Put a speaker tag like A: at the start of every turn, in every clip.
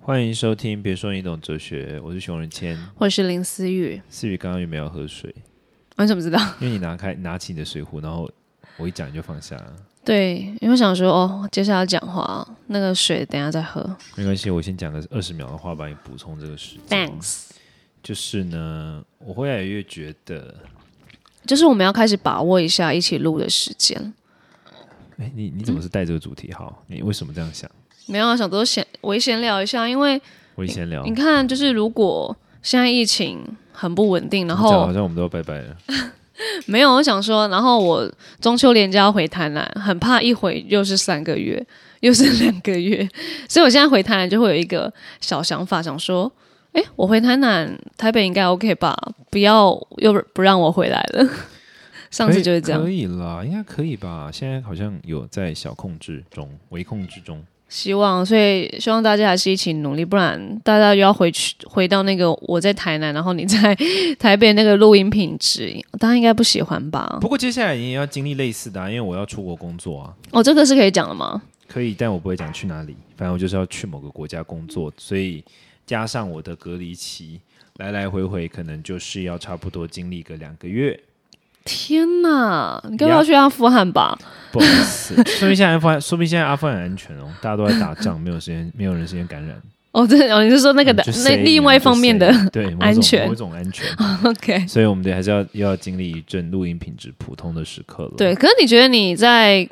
A: 欢迎收听，别说你懂哲学，我是熊仁谦。
B: 或是林思雨，
A: 思雨刚刚有没有喝水？
B: 啊你怎么知道？
A: 因为你拿开拿起你的水壶，然后我一讲你就放下了。
B: 对，因为我想说哦，接下来要讲话，那个水等一下再喝。
A: 没关系，我先讲个二十秒的话，帮你补充这个时间。
B: Thanks。
A: 就是呢，我后来越觉得，
B: 就是我们要开始把握一下一起录的时间。
A: 哎，你你怎么是带这个主题？好，你为什么这样想？
B: 没有啊想多闲，我闲聊一下，因为
A: 我先聊。
B: 你看，就是如果现在疫情很不稳定，然
A: 你讲好
B: 后
A: 像我们都要拜拜了。
B: 没有，我想说，然后我中秋连假要回台南，很怕一回又是三个月，又是两个月，所以我现在回台南就会有一个小想法，想说，哎，我回台南，台北应该 OK 吧？不要又不让我回来了，上次就是
A: 可
B: 这样，
A: 以可以啦，应该可以吧？现在好像有在小控制中，微控制中。
B: 希望，所以希望大家还是一起努力，不然大家又要回去回到那个我在台南，然后你在 台北那个录音品质，大家应该不喜欢吧？
A: 不过接下来你也要经历类似的、啊，因为我要出国工作啊。
B: 哦，这个是可以讲的吗？
A: 可以，但我不会讲去哪里，反正我就是要去某个国家工作，所以加上我的隔离期，来来回回可能就是要差不多经历个两个 月。
B: 天哪，你该不要去阿富汗吧？
A: 不好意思，说明现在阿富汗，说明现在阿富汗很安全哦，大家都在打仗，没有时间，没有人时间感染。
B: 哦，对，哦，你是说那个的
A: 嗯就
B: 那
A: say
B: 另外一方面的
A: 就 say 对某种
B: 安全
A: 某种安全，
B: ？OK，
A: 所以我们得还是要又要经历一阵录音品质普通的时刻了。
B: 对。可是你觉得你在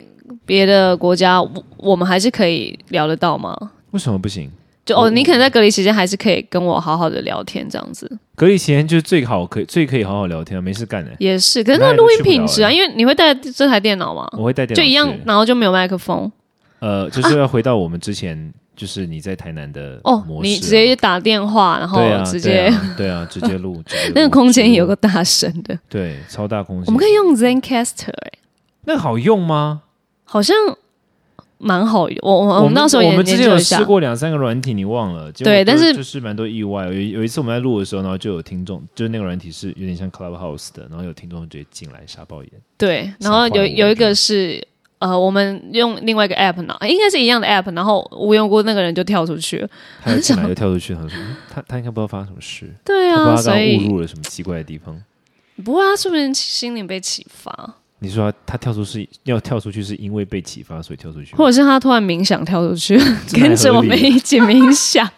B: 别的国家，我我们还是可以聊得到吗？
A: 为什么不行？
B: 就
A: 我
B: 哦，你可能在隔离期间还是可以跟我好好的聊天这样子，
A: 隔离期间就是最好可以最可以好好聊天，啊没事干的、欸
B: 也是。可是
A: 那
B: 那
A: 也
B: 个录
A: 去
B: 音
A: 不了
B: 品质啊，
A: 了
B: 因为你会带这台电脑嘛，
A: 我会带电脑
B: 就一样
A: 去，
B: 然后就没有麦克风。
A: 呃，就是要回到我们之前，就是你在台南的
B: 哦
A: 模式啊、，
B: 你直接打电话，然后
A: 对啊，
B: 直
A: 对
B: 接、
A: 啊对啊，直接录直接录
B: 那个空
A: 直
B: 间
A: 接
B: 有
A: 录
B: 个大声的，
A: 对超大空间，
B: 我们可以用 Zencaster 哎、
A: 那个好用吗？
B: 好像蛮好用。我哦我
A: 我
B: 们到时候
A: 我
B: 也
A: 们之
B: 研
A: 前
B: 究
A: 有
B: 一下
A: 试。过两三个软体，你忘了？结果
B: 对
A: 就
B: 但是
A: 就是蛮多意外。有一有一次我们在录的时候，然后就有听众，就是那个软体是有点像 Clubhouse 的，然后有听众直接进来傻 爆眼。
B: 对，
A: 撒
B: 然后
A: 谎
B: 有
A: 我
B: 有一
A: 觉得
B: 个是呃，我们用另外一个 app 呢，应该是一样的 app，然后无缘无故那个人就跳出去了。
A: 他又进来又跳出去，他说嗯他他应该不知道发生什么 事，
B: 对
A: 他不
B: 啊，
A: 知道
B: 所
A: 刚刚误
B: 以
A: 入了什么奇怪的地方。
B: 不过他说不定心灵被启发，
A: 你说他他跳出是要跳出去是因为被启发，所以跳出去吗，
B: 或者是他突然冥想跳出去，
A: 这太
B: 跟着
A: 合
B: 我
A: 理
B: 们
A: 了
B: 一起冥想。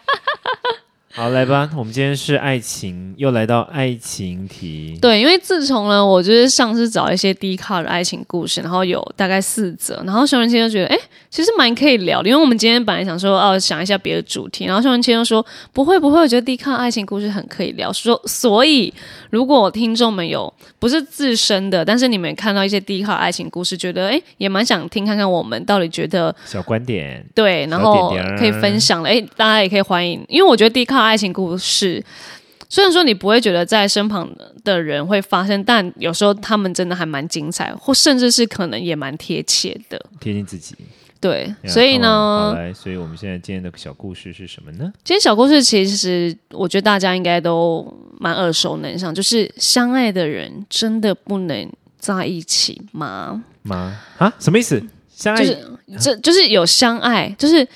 A: 好，来吧，我们今天是爱情，又来到爱情题。，
B: 对，因为自从呢，我就是上次找一些低卡的爱情故事，然后有大概四则，然后熊仁谦就觉得，哎，其实蛮可以聊的，因为我们今天本来想说，哦、想一下别的主题，然后熊仁谦就说，不会不会，我觉得低卡爱情故事很可以聊，说，所以如果听众们有不是自身的，但是你们看到一些低卡爱情故事，觉得，哎，也蛮想听看看我们到底觉得
A: 小观点，
B: 对，然后
A: 点点儿
B: 可以分享的，哎，大家也可以欢迎，因为我觉得低抗爱情故事，虽然说你不会觉得在身旁的人会发生，但有时候他们真的还蛮精彩，或甚至是可能也蛮贴切的。
A: 贴近自己。
B: 对，
A: Yeah，
B: 所以
A: come on，好
B: 呢，
A: 来，所以我们现在今天的小故事是什么呢？
B: 今天小故事其实我觉得大家应该都蛮耳熟能详，就是相爱的人真的不能在一起吗？
A: 妈啊，什么意思？相爱、
B: 就是这就是有相爱，就是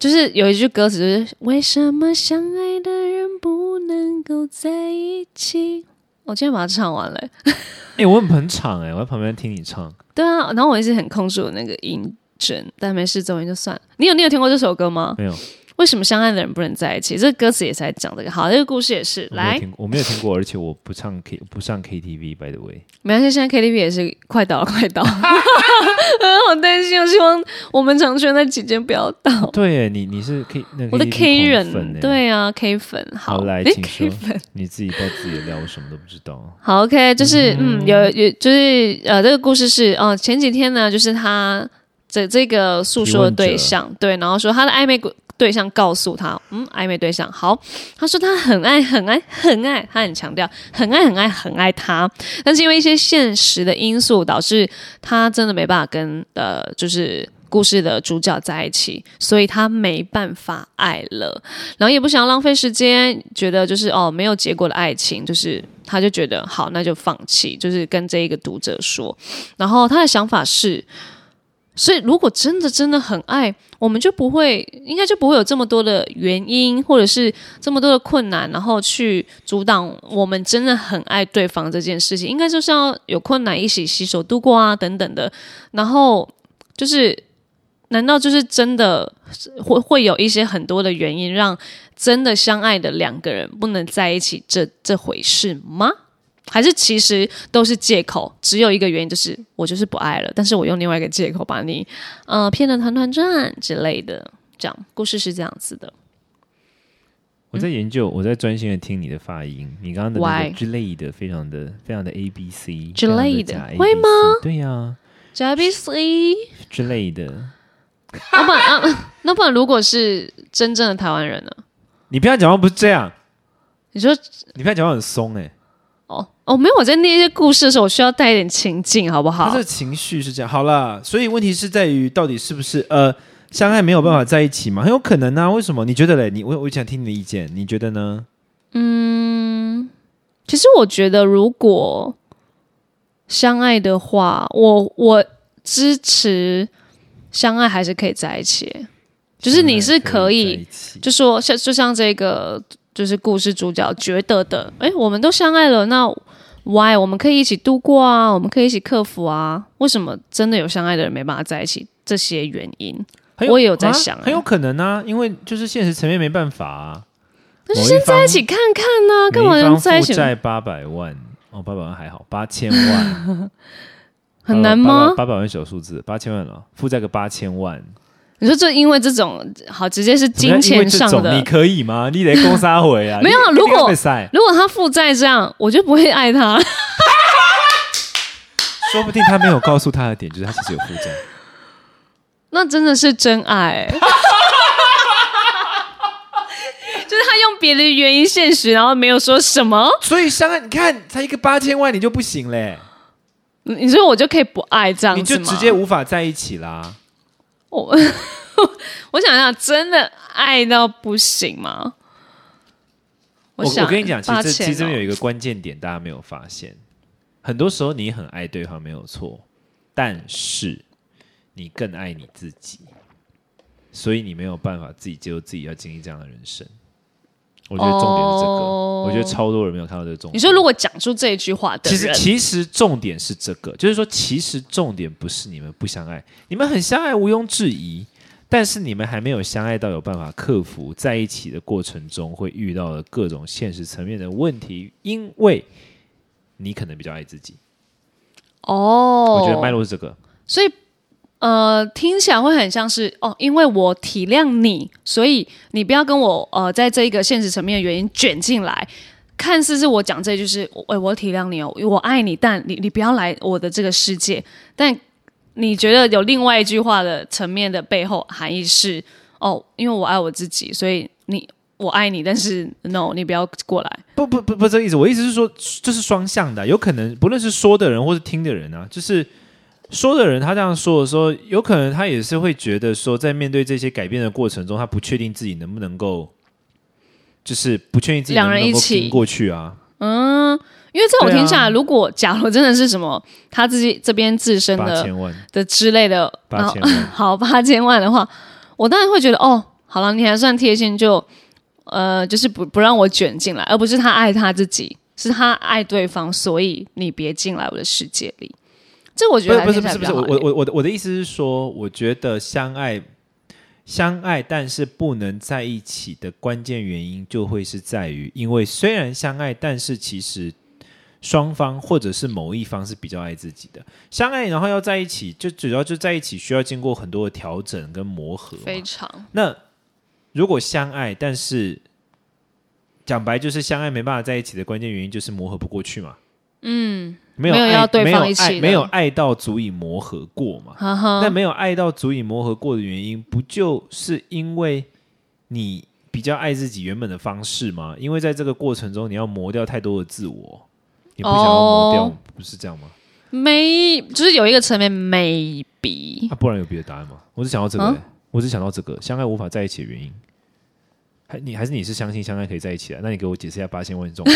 B: 就是有一句歌词就是为什么相爱的人不能够在一起？我今天把它唱完了欸、
A: 哎、我很捧场哎、我在旁边听你唱，
B: 对啊，然后我一直很控制我那个音准，但没事，走音就算了。你有你有听过这首歌吗？
A: 没有，
B: 为什么相爱的人不能在一起？这个歌词也是在讲这个，好，这个故事也是
A: 我没有
B: 来，
A: 听过，我没有听过，而且我不唱 K，不上 KTV。By the way，
B: 没关系，现在 KTV 也是快到了，快到了， 我很担心，我希望我们长圈在期间不要到。
A: 对欸，你你是 K 那个
B: 我的
A: KTV
B: K
A: 狂粉
B: 人，
A: 欸，
B: 对啊，K 粉，好，
A: 好来
B: 诶
A: 请
B: K
A: 说
B: 粉，
A: 你自己在自己的聊，我什么都不知道。
B: 好，OK，就是嗯，有有就是呃，这个故事是哦、呃前几天呢，就是他这这个诉说的对象，对，然后说他的暧昧对象告诉他，嗯，暧昧对象，好，他说他很爱很爱很爱，他很强调很爱很爱很爱他，但是因为一些现实的因素，导致他真的没办法跟呃，就是。故事的主角在一起，所以他没办法爱了，然后也不想要浪费时间，觉得就是哦没有结果的爱情，就是他就觉得好，那就放弃，就是跟这一个读者说。然后他的想法是，所以，如果真的真的很爱，我们就不会，应该就不会有这么多的原因，或者是这么多的困难，然后去阻挡我们真的很爱对方这件事情。应该就是要有困难一起携手度过啊，等等的。然后就是，难道就是真的会会有一些很多的原因，让真的相爱的两个人不能在一起这这回事吗？还是其实都是借口，只有一个原因，就是我就是不爱了，但是我用另外一个借口把你，呃，骗得团团转之类的，这样故事是这样子的。
A: 我在研究，我在专心的听你的发音，你刚刚的那
B: 嗯 Why？
A: 个之类的，非常的非常的 A B C
B: 之类的
A: 会吗？对呀、
B: j b C，
A: 之类的。
B: 老板啊，那不然如果是真正的台湾人呢？
A: 你不要讲话不是这样，
B: 你说
A: 你不要讲话很松哎、
B: 哦哦，没有，我在念一些故事的时候，我需要带一点情境，好不
C: 他
B: 好
C: 的？情绪是这样。好啦，所以问题是在于到底是不是呃相爱没有办法在一起嘛？很有可能啊。为什么？你觉得嘞？你我我想听你的意见，你觉得呢？
B: 其实我觉得，如果相爱的话，我我支持相爱还是可以在一起，就是你是可以
A: 在一起
B: 就说像就像这个就是故事主角觉得的，诶，我们都相爱了，那 why 我们可以一起度过啊，我们可以一起克服啊，为什么真的有相爱的人没办法在一起？这些原因，
A: 很
B: 我也有在想
A: 啊
B: 欸
A: 很有可能啊，因为就是现实层面没办法啊。
B: 那就
A: 某一
B: 先在
A: 方
B: 一起看看呐、干嘛
A: 每一
B: 要
A: 方
B: 在一
A: 负
B: 起？
A: 债八百万哦，八百万还好，八千万
B: 很难
A: 好了
B: 吗？
A: 八百万小数字，八千万了，负债个八千万，
B: 你说这因为这种好，直接是
A: 怎么样
B: 金
A: 因为
B: 钱
A: 这
B: 上
A: 种你
B: 的。
A: 可以吗？你得攻杀回 啊！
B: 没有
A: 你
B: 如果
A: 你得被塞，
B: 如果他负债这样，我就不会爱他。
A: 说不定他没有告诉他的点就是他其实有负 债。
B: 那真的是真爱、 就是他用别的原因现实，然后没有说什么。
C: 所以相爱，你看才一个八千万你就不行嘞，
B: 你你说我就可以不爱这样子
C: 你就
B: 吗
C: 直接无法在一起啦。
B: 我我想想，真的爱到不行吗？
A: 我
B: 想，
A: 跟你讲，其
B: 八
A: 实这
B: 千
A: 其实这边有
B: 哦
A: 一个关键点，大家没有发现。很多时候你很爱对方没有错，但是你更爱你自己，所以你没有办法自己接受自己要经历这样的人生。我觉得重点是这个，
B: 哦
A: 我觉得超多人没有看到这个重点。
B: 你说如果讲出这一句话的
A: 其
B: 人，
A: 实其实重点是这个，就是说其实重点不是你们不相爱，你们很相爱毋庸置疑，但是你们还没有相爱到有办法克服在一起的过程中会遇到的各种现实层面的问题，因为你可能比较爱自己。
B: 哦，
A: 我觉得脉络是这个，
B: 所以呃，听起来会很像是哦，因为我体谅你，所以你不要跟我呃，在这一个现实层面的原因卷进来。看似是我讲这句是，我我体谅你哦，我爱你，但你你不要来我的这个世界。但你觉得有另外一句话的层面的背后含义是，哦，因为我爱我自己，所以你我爱你，但是 no，你不要过来。
A: 不不不不是这个意思，我意思是说这是双向的，有可能不论是说的人或是听的人啊，就是说的人他这样说的时候，有可能他也是会觉得说，在面对这些改变的过程中，他不确定自己能不能够，就是不确定自己能不
B: 两人
A: 能
B: 一
A: 够
B: 起
A: 拼过去啊。
B: 嗯，因为在我
A: 对啊
B: 听下来，如果假如真的是什么他自己这边自身
A: 八
B: 的
A: 千万，
B: 的之类的，然
A: 八
B: 后
A: 千万，
B: 好八千万的话，我当然会觉得哦，好了，你还算贴心，就呃，就是不不让我卷进来，而不是他爱他自己，是他爱对方，所以你别进来我的世界里。这我觉
C: 不
B: 得
C: 是不是
B: 还听起
C: 不
B: 来
C: 是不
B: 比
C: 是，
B: 较
C: 我
B: 好欸
C: 我我的我的意思是说，我觉得相爱相爱，但是不能在一起的关键原因，就会是在于，因为虽然相爱，但是其实双方或者是某一方是比较爱自己的。相爱然后要在一起，就主要就在一起需要经过很多的调整跟磨合嘛。
B: 非常
A: 那如果相爱，但是讲白就是相爱没办法在一起的关键原因就是磨合不过去嘛。嗯，没有
B: 没有
A: 爱
B: 要对方一起
A: 没有
B: 的嗯
A: 爱，没有爱到足以磨合过嘛。
B: 哈哈
A: 那没有爱到足以磨合过的原因，不就是因为你比较爱自己原本的方式吗？因为在这个过程中，你要磨掉太多的自我，你不想要磨掉，
B: 哦
A: 不是这样吗？
B: 没就是有一个层面 maybe
A: 啊，不然有别的答案吗？我只想到这个、
B: 啊
A: 欸我只想到这个相爱无法在一起的原因。还你还是你是相信相爱可以在一起的？那你给我解释一下八千 万这种，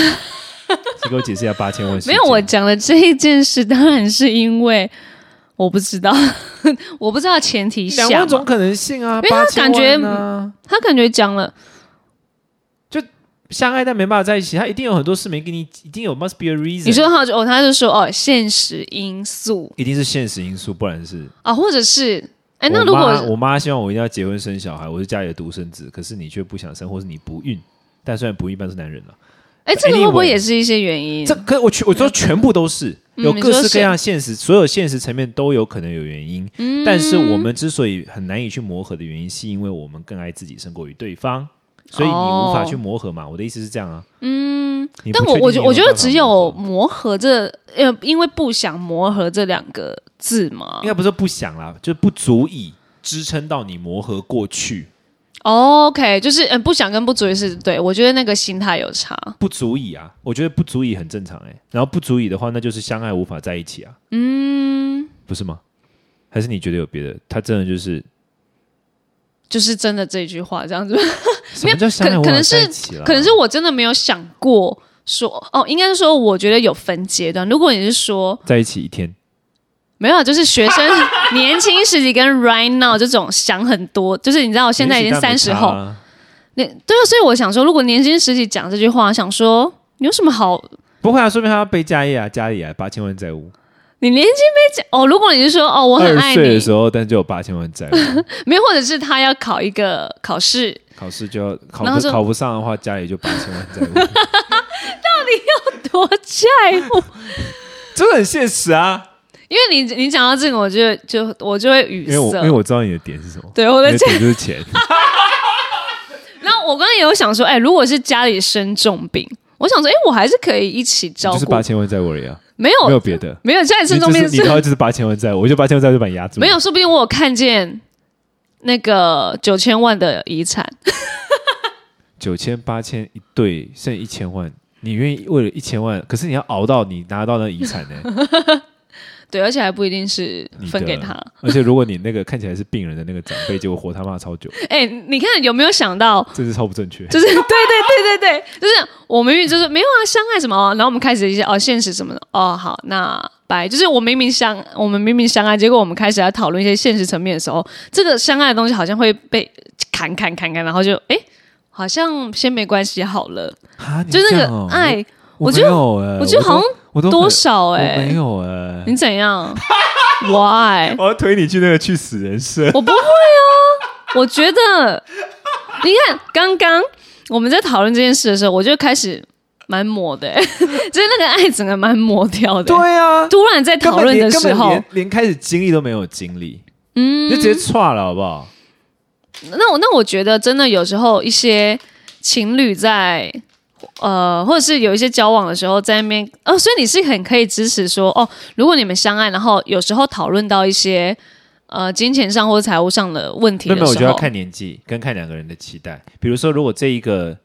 A: 你给我解释一下八千万事件。
B: 没有我讲的这一件事，当然是因为我不知道， 我不知道前提下
A: 两
B: 嘛，
A: 万种可能性啊，
B: 因为他
A: 8000
B: 感觉
A: 万啊
B: 他感觉讲了，
A: 相爱但没办法在一起，他一定有很多事没跟你，一定有 must be a reason。
B: 你说他就哦，他就说哦，现实因素
A: 一定是现实因素，不然是
B: 啊，或者是哎，
A: 我
B: 那如
A: 妈
B: 果
A: 我妈希望我一定要结婚生小孩，我是家里的独生子，可是你却不想生，或是你不孕，但虽然不孕一般是男人了，啊
B: 哎，这个会不会
A: anyway，
B: 也是一些原因？
A: 这可我全我说全部都是
B: 嗯
A: 有
B: 你
A: 各
B: 说
A: 式
B: 是
A: 各样现实，所有现实层面都有可能有原因，
B: 嗯
A: 但是我们之所以很难以去磨合的原因，是因为我们更爱自己胜过于对方，所以你无法
B: 哦
A: 去磨合嘛。我的意思是这样啊，
B: 嗯，
A: 你不
B: 但
A: 确定
B: 我我
A: 你
B: 觉
A: 有
B: 我觉
A: 没
B: 得
A: 办法
B: 只有
A: 磨合
B: 磨合这呃，因为不想磨合这两个字嘛
A: 应。该不是不想啦，就是不足以支撑到你磨合过去，
B: OK，就是嗯、呃不想跟不足以是对，我觉得那个心态有差。
A: 不足以啊，我觉得不足以很正常哎、然后不足以的话，那就是相爱无法在一起啊，
B: 嗯，
A: 不是吗？还是你觉得有别的？他真的就是
B: 就是真的这句话这样
A: 啊
B: 子。
A: 什么叫相爱无
B: 可
A: 法
B: 能是
A: 在一起啦？
B: 可能是我真的没有想过说哦，应该是说我觉得有分阶段。如果你是说
A: 在一起一天，
B: 没有啊，就是学生年轻时期跟 right now 这种想很多，就是你知道我现在已经三十后，
A: 也许他没差啊
B: 那对啊，所以我想说，如果年轻时期讲这句话，想说你有什么好？
A: 不会啊，说明他背家业啊，家里啊八千万债务。
B: 你年轻没讲哦，如果你是说哦，我
A: 二
B: 很
A: 十
B: 爱
A: 岁的
B: 你，
A: 时候，但就有八千万 债务，
B: 没有，或者是他要考一个考试，
A: 考试就要考
B: 然后
A: 不
B: 说
A: 考不上的话，家里就八千万 债务，
B: 多在乎。
A: 真的很现实啊。
B: 因为你你讲到这个，我就就我就会语
A: 因为我
B: 塞
A: 因为。我知道你的点是什么，
B: 对，啊我
A: 你
B: 在
A: 的
B: 讲。
A: 点就是钱。
B: 然后我刚刚也有想说，哎，如果是家里生重病，我想说，哎，我还是可以一起 照
A: 就是
B: 顾
A: 八。千万债务而已啊，
B: 没
A: 没有
B: 有
A: 别的。
B: 没有家里生重
A: 你
B: 病
A: 就是你到底就是八千万债务，我就八千万债务就把你压住。
B: 没有，，说不定我有看见那个九千万的遗产。
A: 九千八千一对，剩一千万，你愿意为了一千万，可是你要熬到你拿到那遗产呢、
B: 对，而且还不一定是
A: 你的
B: 分给他。
A: 而且如果你那个看起来是病人的那个长辈，结果活他妈超久，
B: 哎、你看有没有想到，
A: 这是超不正确。
B: 就是 对对对对对，就是我明明就是没有啊，相爱什么、哦，然后我们开始一些哦现实什么的哦，好那拜，就是我明明相我们明明相爱，结果我们开始来讨论一些现实层面的时候，这个相爱的东西好像会被砍砍砍砍，然后就哎、好像先没关系好了，
A: 啊，你
B: 就是
A: 这
B: 那
A: 样
B: 个
A: 哦
B: 爱，
A: 我
B: 我觉
A: 没
B: 得
A: 有哎
B: 我觉得好像
A: 我都
B: 多
A: 很
B: 少哎、
A: 我没有哎、
B: 你 怎样？Why？
A: 我要推你去那个去死人设。
B: 我不会啊，我觉得，你看刚刚我们在讨论这件事的时候，我就开始蛮抹的、欸就是那个爱整个蛮抹掉的、欸
A: 对啊，
B: 突然在
A: 根
B: 讨
A: 本
B: 论
A: 连
B: 的
A: 根
B: 时
A: 本
B: 候
A: 连，连开始经历都没有经历，你就
B: 嗯，
A: 直接岔了好不好？
B: 那我那我觉得真的有时候一些情侣在。呃，或者是有一些交往的时候，在那边哦，所以你是很可以支持说哦，如果你们相爱，然后有时候讨论到一些呃金钱上或者财务上的问题
A: 没
B: 的
A: 有，没
B: 时
A: 有，我觉得
B: 候，
A: 要看年纪跟看两个人的期待。比如说，如果这一个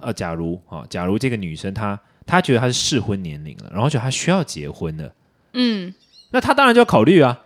A: 呃，假如啊、哦假如这个女生她她觉得她是适婚年龄了，然后觉得她需要结婚了，
B: 嗯，
A: 那她当然就要考虑啊。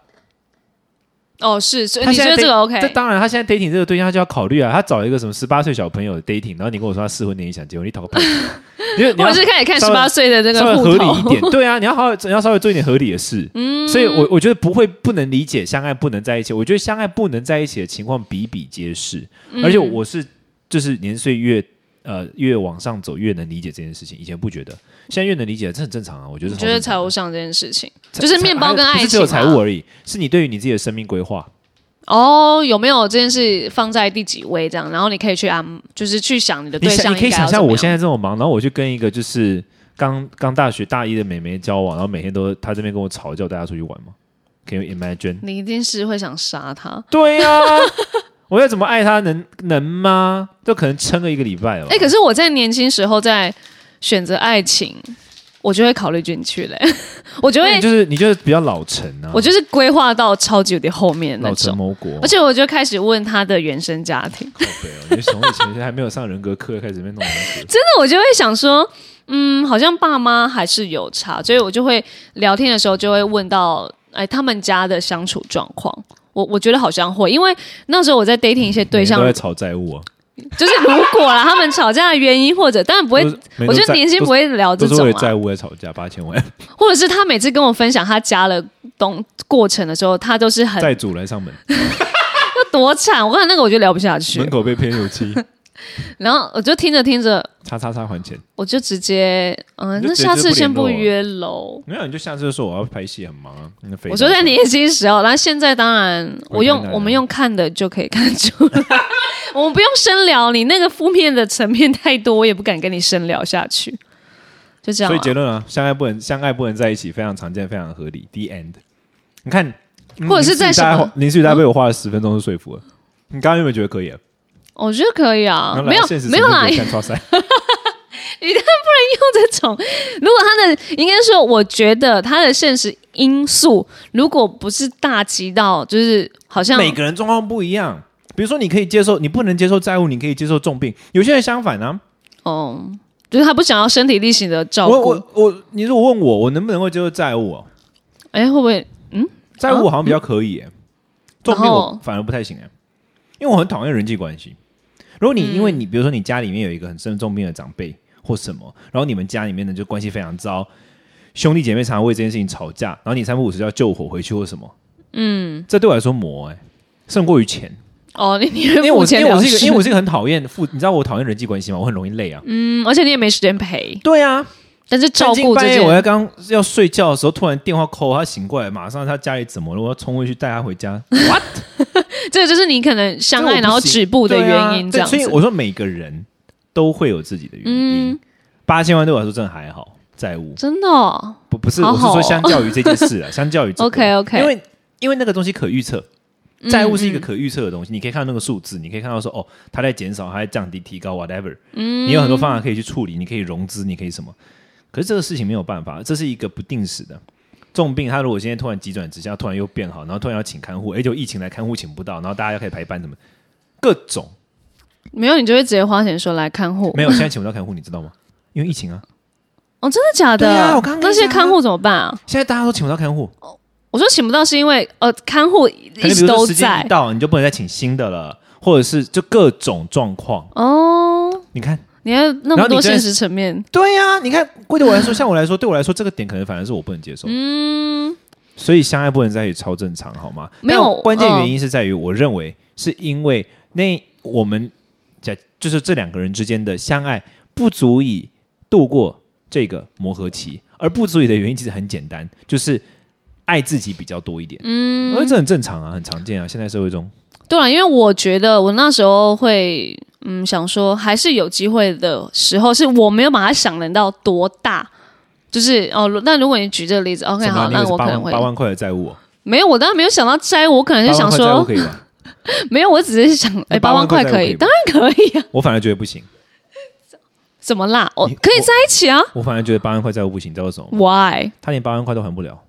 B: 哦，是，所以
A: 她
B: 你
A: 现
B: 觉
A: 在
B: 得这
A: date-
B: 个 OK？
A: 这当然，她现在 dating 这个对象她就要考虑啊。她找一个什么十八岁小朋友 dating，然后你跟我说她适婚年龄想结婚，你讨个屁！ 因为你
B: 或
A: 要
B: 者是开始看
A: 稍
B: 十
A: 微
B: 八岁的这
A: 稍
B: 个
A: 微
B: 户
A: 合理一
B: 头，
A: 点，对啊，你要好好，你要稍微做一点合理的事。嗯，所以我我觉得不会不能理解相爱不能在一起，我觉得相爱不能在一起的情况比比皆是，
B: 嗯
A: 而且我是就是年岁越呃越往上走越能理解这件事情，以前不觉得，现在越能理解，这很正常啊，我觉得
B: 我
A: 是
B: 觉
A: 超
B: 得
A: 正
B: 财
A: 常
B: 务
A: 的。
B: 上这件事情，
A: 财
B: 就是
A: 财
B: 面包跟
A: 不
B: 爱
A: 是
B: 情
A: 只有财
B: 啊
A: 务而已，是你对于你自己的生命规划。
B: 哦，有没有这件事放在第几位这样？然后你可以去按，就是去想你的
A: 你
B: 对
A: 想，
B: 象
A: 你可以
B: 应该
A: 想
B: 要
A: 象
B: 怎么
A: 我
B: 样
A: 现在这么忙，然后我去跟一个就是刚刚大学大一的美眉交往，然后每天都她这边跟我吵，叫我带她出去玩吗？Can you imagine？
B: 你一定是会想杀他。
A: 对呀、 我要怎么爱他能能吗？都可能撑个一个礼拜了吧。
B: 哎、可是我在年轻时候在选择爱情，我就会考虑进去嘞， 我就
A: 那
B: 会
A: 你，就是你就是比较老成啊，
B: 我就是规划到超级有点后面的
A: 老
B: 那
A: 成哦
B: 种，
A: 谋国。
B: 而且我就开始问他的原生家庭。
A: 靠北哦，你从以前还没有上人格课，开始在那边弄 人格。
B: 真的，我就会想说，嗯，好像爸妈还是有差，所以我就会聊天的时候就会问到，哎，他们家的相处状况。我我觉得好像会，因为那时候我在 dating 一些对
A: 每天
B: 象
A: 都，在吵债务啊，
B: 就是如果啦，他们吵架的原因，或者当然不会
A: 都是，每都
B: 我觉得
A: 在
B: 年轻
A: 都
B: 不会聊这
A: 都是
B: 种
A: 为
B: 啊，
A: 债务在吵架，八千 万
B: 或者是他每次跟我分享他家的东过程的时候，他都是很
A: 债主来上门，
B: 多惨。我看那个我就聊不下去
A: 门，口被骗油漆，
B: 然后我就听着听着，
A: 叉叉叉还钱。
B: 我就直接嗯，
A: 你
B: 那
A: 就直接
B: 下次先
A: 不
B: 不
A: 联络
B: 约喽。
A: 没有，你就下次就说我要拍戏很忙啊。那肥
B: 我说
A: 皂
B: 在年轻时候，那现在当然，我用
A: 回答你啊
B: 我们用看的就可以看出来， 我们不用深聊，你那个负面的层面太多，我也不敢跟你深聊下去，就这样、
A: 所以结
B: 啊。
A: 论啊，相爱不能相爱不能在一起，非常常见，非常合理。The end。你看，嗯
B: 或者是在什么
A: 林思雨大概被我花了十分钟就说服了。你刚刚有没有觉得可以啊？
B: 我觉得可以啊
A: 然，后
B: 没
A: 来
B: 有
A: 到现实
B: 没有啊啦，
A: 层面
B: 用
A: 就看超 赛
B: 这种，如果他的应该说，我觉得他的现实因素，如果不是大极到，就是好像
A: 每个人状况不一样。比如说，你可以接受，你不能接受债务，你可以接受重病。有些人相反啊，
B: 哦、就是他不想要身体力行的照
A: 我
B: 顾
A: 我，我，你如果问我，我能不能够接受债务、哦？
B: 哎、会不会
A: 债务我好像比较可以耶、重病
B: 啊然
A: 我
B: 后
A: 反而不太行哎、因为我很讨厌人际关系。如果你、因为
B: 嗯
A: 你比如说你家里面有一个很生重病的长辈或什么，然后你们家里面呢就关系非常糟，兄弟姐妹常常为这件事情吵架，然后你三不五时就要救火回去或什么，嗯，这对我来说磨哎、胜过于钱，
B: 哦？你你
A: 因为
B: 会
A: 我
B: 付
A: 因
B: 钱
A: 为
B: 了
A: 我是一个
B: 事
A: 因为我是一个很讨厌负，你知道我讨厌人际关系吗？我很容易累啊。
B: 嗯，而且你也没时间陪，
A: 对啊，
B: 但是照
A: 曾经
B: 顾这
A: 半夜我
B: 件
A: 在刚要睡觉的时候，突然电话扣，他醒过来，马上他家里怎么了？我要冲回去带他回家，
B: 这个就是你可能相
A: 这我
B: 爱
A: 不
B: 然后
A: 行
B: 止步的
A: 对啊
B: 原因，这样子。
A: 对所以我说每个人都会有自己的原因
B: 嗯。
A: 八千万对我来说真的还好，债务
B: 真的、哦、
A: 不不是，
B: 好好哦
A: 我是说相较于这件事 啊，相较于这个
B: OK OK，
A: 因为因为那个东西可预测，债务是一个
B: 嗯
A: 可预测的东西，你可以看到那个数字，你可以看到说哦，它在减少，它在降低、提高，whatever，你
B: 嗯
A: 有很多方法可以去处理，你可以融资，你可以什么。可是这个事情没有办法，这是一个不定时的重病。他如果今天突然急转直下，突然又变好，然后突然要请看护，哎，就疫情来看护请不到，然后大家要开始排班，怎么各种
B: 没有你就会直接花钱说来看护，
A: 没有，现在请不到看护，你知道吗？因为疫情啊，
B: 哦，真的假的？
A: 对啊我刚刚跟
B: 那
A: 你
B: 些
A: 讲啊
B: 看护怎么办啊？
A: 现在大家都请不到看护，
B: 我说请不到是因为呃，看护
A: 可
B: 一
A: 能比
B: 直
A: 如说
B: 都
A: 时间
B: 在
A: 一到，你就不能再请新的了，或者是就各种状况，
B: 哦。
A: 你看。
B: 你还有那
A: 然
B: 么
A: 后你
B: 多
A: 真
B: 现
A: 的
B: 实层面，
A: 对呀、你看，对我来说，像我来说，对我来说，这个点可能反而是我不能接受。嗯，所以相爱不能在一起超正常，好吗？
B: 没有呃
A: 但关键原因是在于，我认为是因为那我们在就是这两个人之间的相爱不足以度过这个磨合期，而不足以的原因其实很简单，就是爱自己比较多一点。嗯，而这很正常啊，很常见啊，现在社会中。
B: 对啊了，因为我觉得我那时候会，嗯，想说还是有机会的时候，是我没有把它想得到多大，就是哦。如那如果你举这个例子，OK，
A: 什么啊
B: 好，
A: 你
B: 那
A: 有
B: 我
A: 八
B: 可能
A: 万
B: 会
A: 八万块的债务 哦，
B: 没有，我当然没有想到摘，我可能
A: 八
B: 就
A: 万
B: 想
A: 块债务
B: 说，
A: 可以吧？
B: 没有，我只是想，哎，
A: 那
B: 八
A: 八
B: 万
A: 万
B: 块
A: 块
B: 可
A: 债务
B: 以，
A: 可以吗
B: 当然可以啊，
A: 我反而觉得不行，
B: 怎么啦？我
A: 你
B: 可以在一起啊
A: 我反而觉得八万块债务不行，你知道为什么吗？
B: ？Why？
A: 他连八万块都还不 了。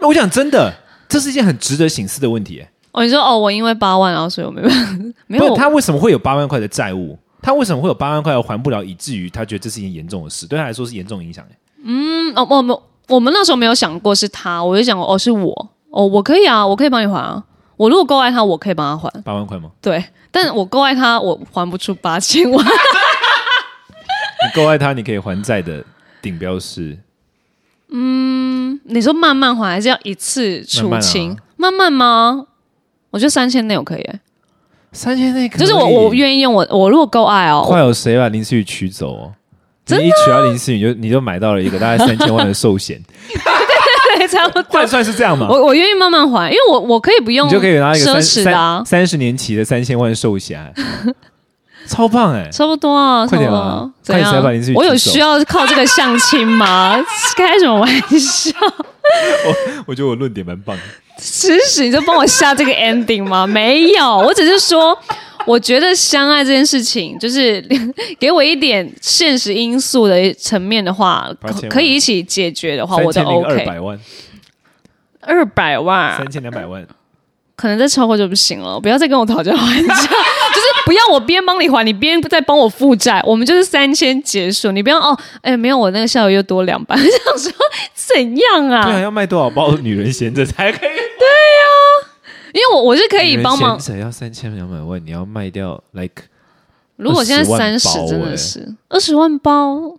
A: 那我讲真的，这是一件很值得省思的问题耶。
B: 哦，你说哦，我因为八万，然后所以我没办法，没
A: 不
B: 有
A: 是他为什么会有八万块的债务？他为什么会有八万块还不了，以至于他觉得这是一件严重的事，对他来说是严重影响耶。
B: 嗯哦，我们我们那时候没有想过是他，我就想哦是我，哦我可以啊，我可以帮你还啊，我如果够爱他，我可以帮他还，
A: 八万块吗？
B: 对，但我够爱他，我还不出八千 万，
A: 你够爱他，你可以还债的顶标是
B: 你说慢慢还还是要一次出清？慢
A: 啊
B: 慢吗？我觉得三千内我可以欸、
A: 三千内可以，
B: 就是我我愿意用我我如果够爱哦，
A: 快有谁把林思雨取走哦？
B: 真的啊
A: 你一取到林思雨，你就你就买到了一个 大概三千万的寿险，
B: 对， 差不多
A: 换，算是这样嘛？
B: 我我愿意慢慢还，因为我我可以不用，
A: 啊你就可以拿一
B: 奢
A: 个
B: 侈
A: 三
B: 的啊
A: 三，三十年期的三千万寿 险，啊超棒哎！
B: 差不多啊，
A: 快点
B: 差不多
A: 吧
B: 啊
A: 快
B: 怎
A: 点
B: 样
A: 才把林思雨？
B: 我有
A: 举手
B: 需要靠这个相亲吗？ 开什么玩笑？
A: 我觉得我论点蛮棒的。
B: 其实你就帮我下这个 ending 吗？没有，我只是说，我觉得相爱这件事情，就是 给我一点现实因素的层面的话
A: 8000，万
B: 可以一起解决的话，
A: 三
B: 我都
A: 千零二
B: OK。啊
A: 百万，
B: 二百万
A: 三，千两百万，
B: 可能再超过就不行了。不要再跟我讨价还 价，就是不要我边帮你还，你边在帮我负债。我们就是三千结束，你不要哦，哎，没有我那个下午又多两百，我想说怎样 啊
A: 啊对啊，要卖多少包女人闲着才可以？
B: 因为我我是可以哎帮忙
A: 你们。前者要三千两百万，你要卖掉 like
B: 如果现在
A: 20万
B: 三十
A: 包
B: 真
A: 欸
B: 的是二十万包，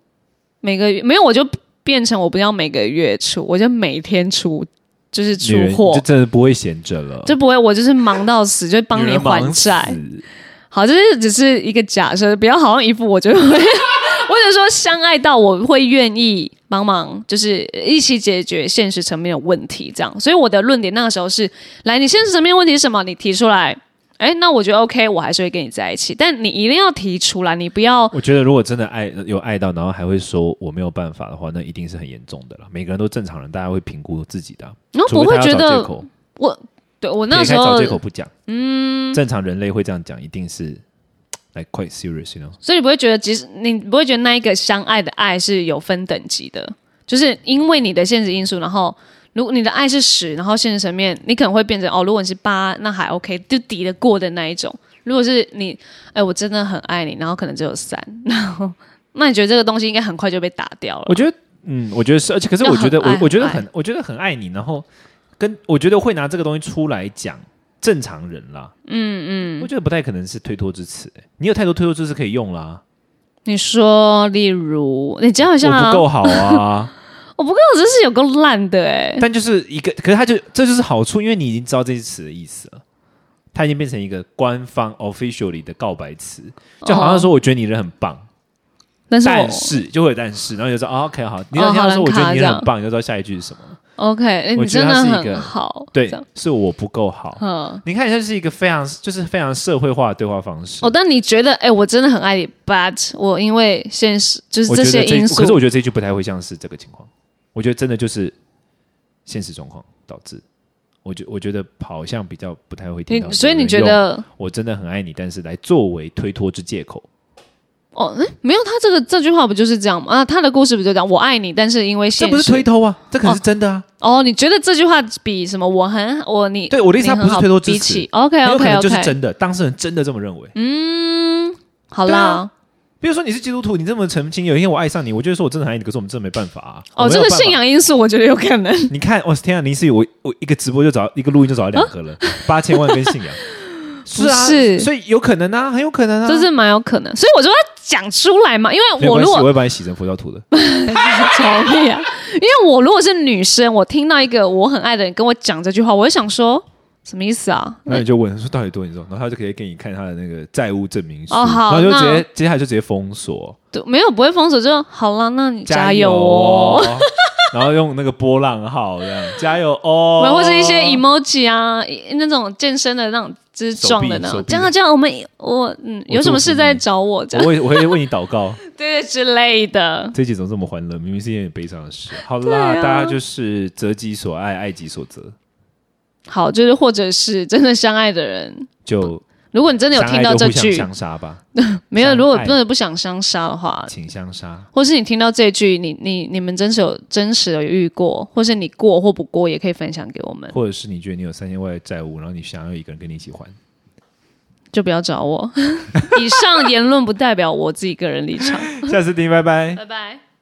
B: 每个月没有我就变成我不要每个月出，我就每天出，就是出
A: 女人
B: 货
A: 就，真的不会闲着了，
B: 就不会我就是忙到死，就帮
A: 女
B: 你
A: 人忙
B: 还债。
A: 死
B: 好，这是只是一个假设，不要好像一副我就会， 我只是说相爱到我会愿意帮忙，就是一起解决现实层面的问题，这样。所以我的论点那个时候是，来，你现实层面问题是什么？你提出来，哎，那我觉得 OK，我还是会跟你在一起，但你一定要提出来，你不要
A: 我觉得如果真的爱有爱到，然后还会说我没有办法的话，那一定是很严重的了。每个人都正常人，大家会评估自己的啊，
B: 然后
A: 除
B: 不
A: 非
B: 会
A: 他
B: 觉
A: 要找借
B: 得
A: 口，
B: 我对我那
A: 撇
B: 时
A: 开
B: 候
A: 找借，口不讲。嗯，正常人类会这样讲，一定是 like quite serious，you know。
B: 所以你不会觉得，即使你不会觉得那一个相爱的爱是有分等级的，就是因为你的现实因素，然后如果你的爱是十，然后现实层面你可能会变成哦，如果你是八，那还 OK，就抵得过的那一种。如果是你，哎，我真的很爱你，然后可能只有三，然后 那你觉得这个东西应该很快就被打掉了
A: 我？觉得，嗯，我觉得是，而且可是我觉得，
B: 啊要很爱
A: 我我觉得
B: 很
A: 很，我觉得很爱你，然后跟我觉得会拿这个东西出来讲，正常人啦，嗯嗯，我觉得不太可能是推脱之词、欸你有太多推脱之词可以用啦，
B: 你说，例如你讲好像
A: 我
B: 啊
A: 不，够好啊，
B: 我不够，真是有够烂的哎、
A: 但就是一个，可是他就这就是好处，因为你已经知道这些词的意思了。它已经变成一个官方 officially 的告白词，就好像说我觉得你人很棒，
B: 哦但是我
A: 但是就会有但是，然后你就说、啊 OK 好，你
B: 哦
A: 要听
B: 好
A: 到
B: 人
A: 说我觉
B: 卡
A: 得你
B: 这
A: 人
B: 样
A: 很棒，你就知道下一句是什么了。
B: OK，哎，
A: 我
B: 你
A: 觉得
B: 真的
A: 它是一
B: 很
A: 个
B: 好，
A: 对
B: 这样，
A: 是我不够好。
B: 嗯。
A: 你看，这是一个非常就是非常社会化的对话方式。
B: 哦，但你觉得，哎、我真的很爱你，but 我因为现实就是
A: 我觉得
B: 些
A: 这
B: 因素，
A: 可是我觉得这句不太会像是这个情况。我觉得真的就是现实状况导致。我觉我觉得好像比较不太会听到
B: 你
A: 有
B: 所以你
A: 人
B: 觉
A: 用
B: 得，
A: 我真的很爱你，但是来作为推脱之借口。
B: 哦，哎、没有，他这个这句话不就是这样吗？啊，他的故事不就这样？我爱你，但是因为
A: 这
B: 现
A: 不是
B: 实，
A: 推脱啊，这可能是真的啊。
B: 哦，你觉得这句话比什么我很我你
A: 对，我的意
B: 你
A: 思，它
B: 很
A: 不是
B: 好
A: 推脱
B: 比
A: 之
B: 起
A: 词，
B: OK
A: 很有可
B: OK
A: 能就是
B: OK，
A: 真的，当事人真的这么认为。
B: 哦嗯，好
A: 对
B: 啦。
A: 啊比如说你是基督徒，你这么澄清，有一天我爱上你，我就会说我真的很爱你，可是我们真的没办法啊。我
B: 哦，
A: 没
B: 这
A: 有
B: 个
A: 办法
B: 信仰因素，我觉得有可能。
A: 你看，我天啊，林思雨，我我一个直播就找一个录音就找到两个了，八千万跟信 仰，是啊，
B: 啊是
A: 所以有可能啊，很有可能啊，
B: 这是蛮有可能，所以我就要讲出来嘛，因
A: 没
B: 为
A: 有
B: 我
A: 关
B: 如
A: 系，
B: 果
A: 我会把你洗成佛教徒的，
B: 逃避啊！因为我如果是女生，我听到一个我很爱的人跟我讲这句话，我就想说什么意思啊？
A: 那你就问说到底多严重，然后他就可以给你看他的那个债务证明书，
B: 哦好
A: 然后就直
B: 那
A: 接接下来就直接封锁，
B: 对没有不会封锁就好啦，那你加油
A: 哦
B: 哦！，
A: 然后用那个波浪号这样，加油哦
B: 没，有或者一些 emoji 啊，一那种健身的那种就是壮的那
A: 手
B: 种，
A: 臂
B: 这样这样，我们我嗯有什么事再找我这
A: 我
B: 样
A: 会我会为你祷告，
B: 对之类的。
A: 这集怎么这么欢乐？明明是一件很悲伤的事。好
B: 对
A: 啦，
B: 啊
A: 大家就是择己所爱，爱己所择，
B: 好，就是或者是真的相爱的人，
A: 就
B: 如果你真的有
A: 相爱
B: 听到
A: 就
B: 这
A: 互相
B: 句，
A: 相杀吧。
B: 没有，
A: 相
B: 如果
A: 爱
B: 真的不想相杀的话，
A: 请相杀。
B: 或是你听到这句，你你你们真实有真实有遇过，或是你过或不过，也可以分享给我们，
A: 或者是你觉得你有三千万的债务，然后你想要一个人跟你一起还，
B: 就不要找 我。以上言论不代表我自己个人立场。
A: 下次听，拜拜。
B: 拜拜。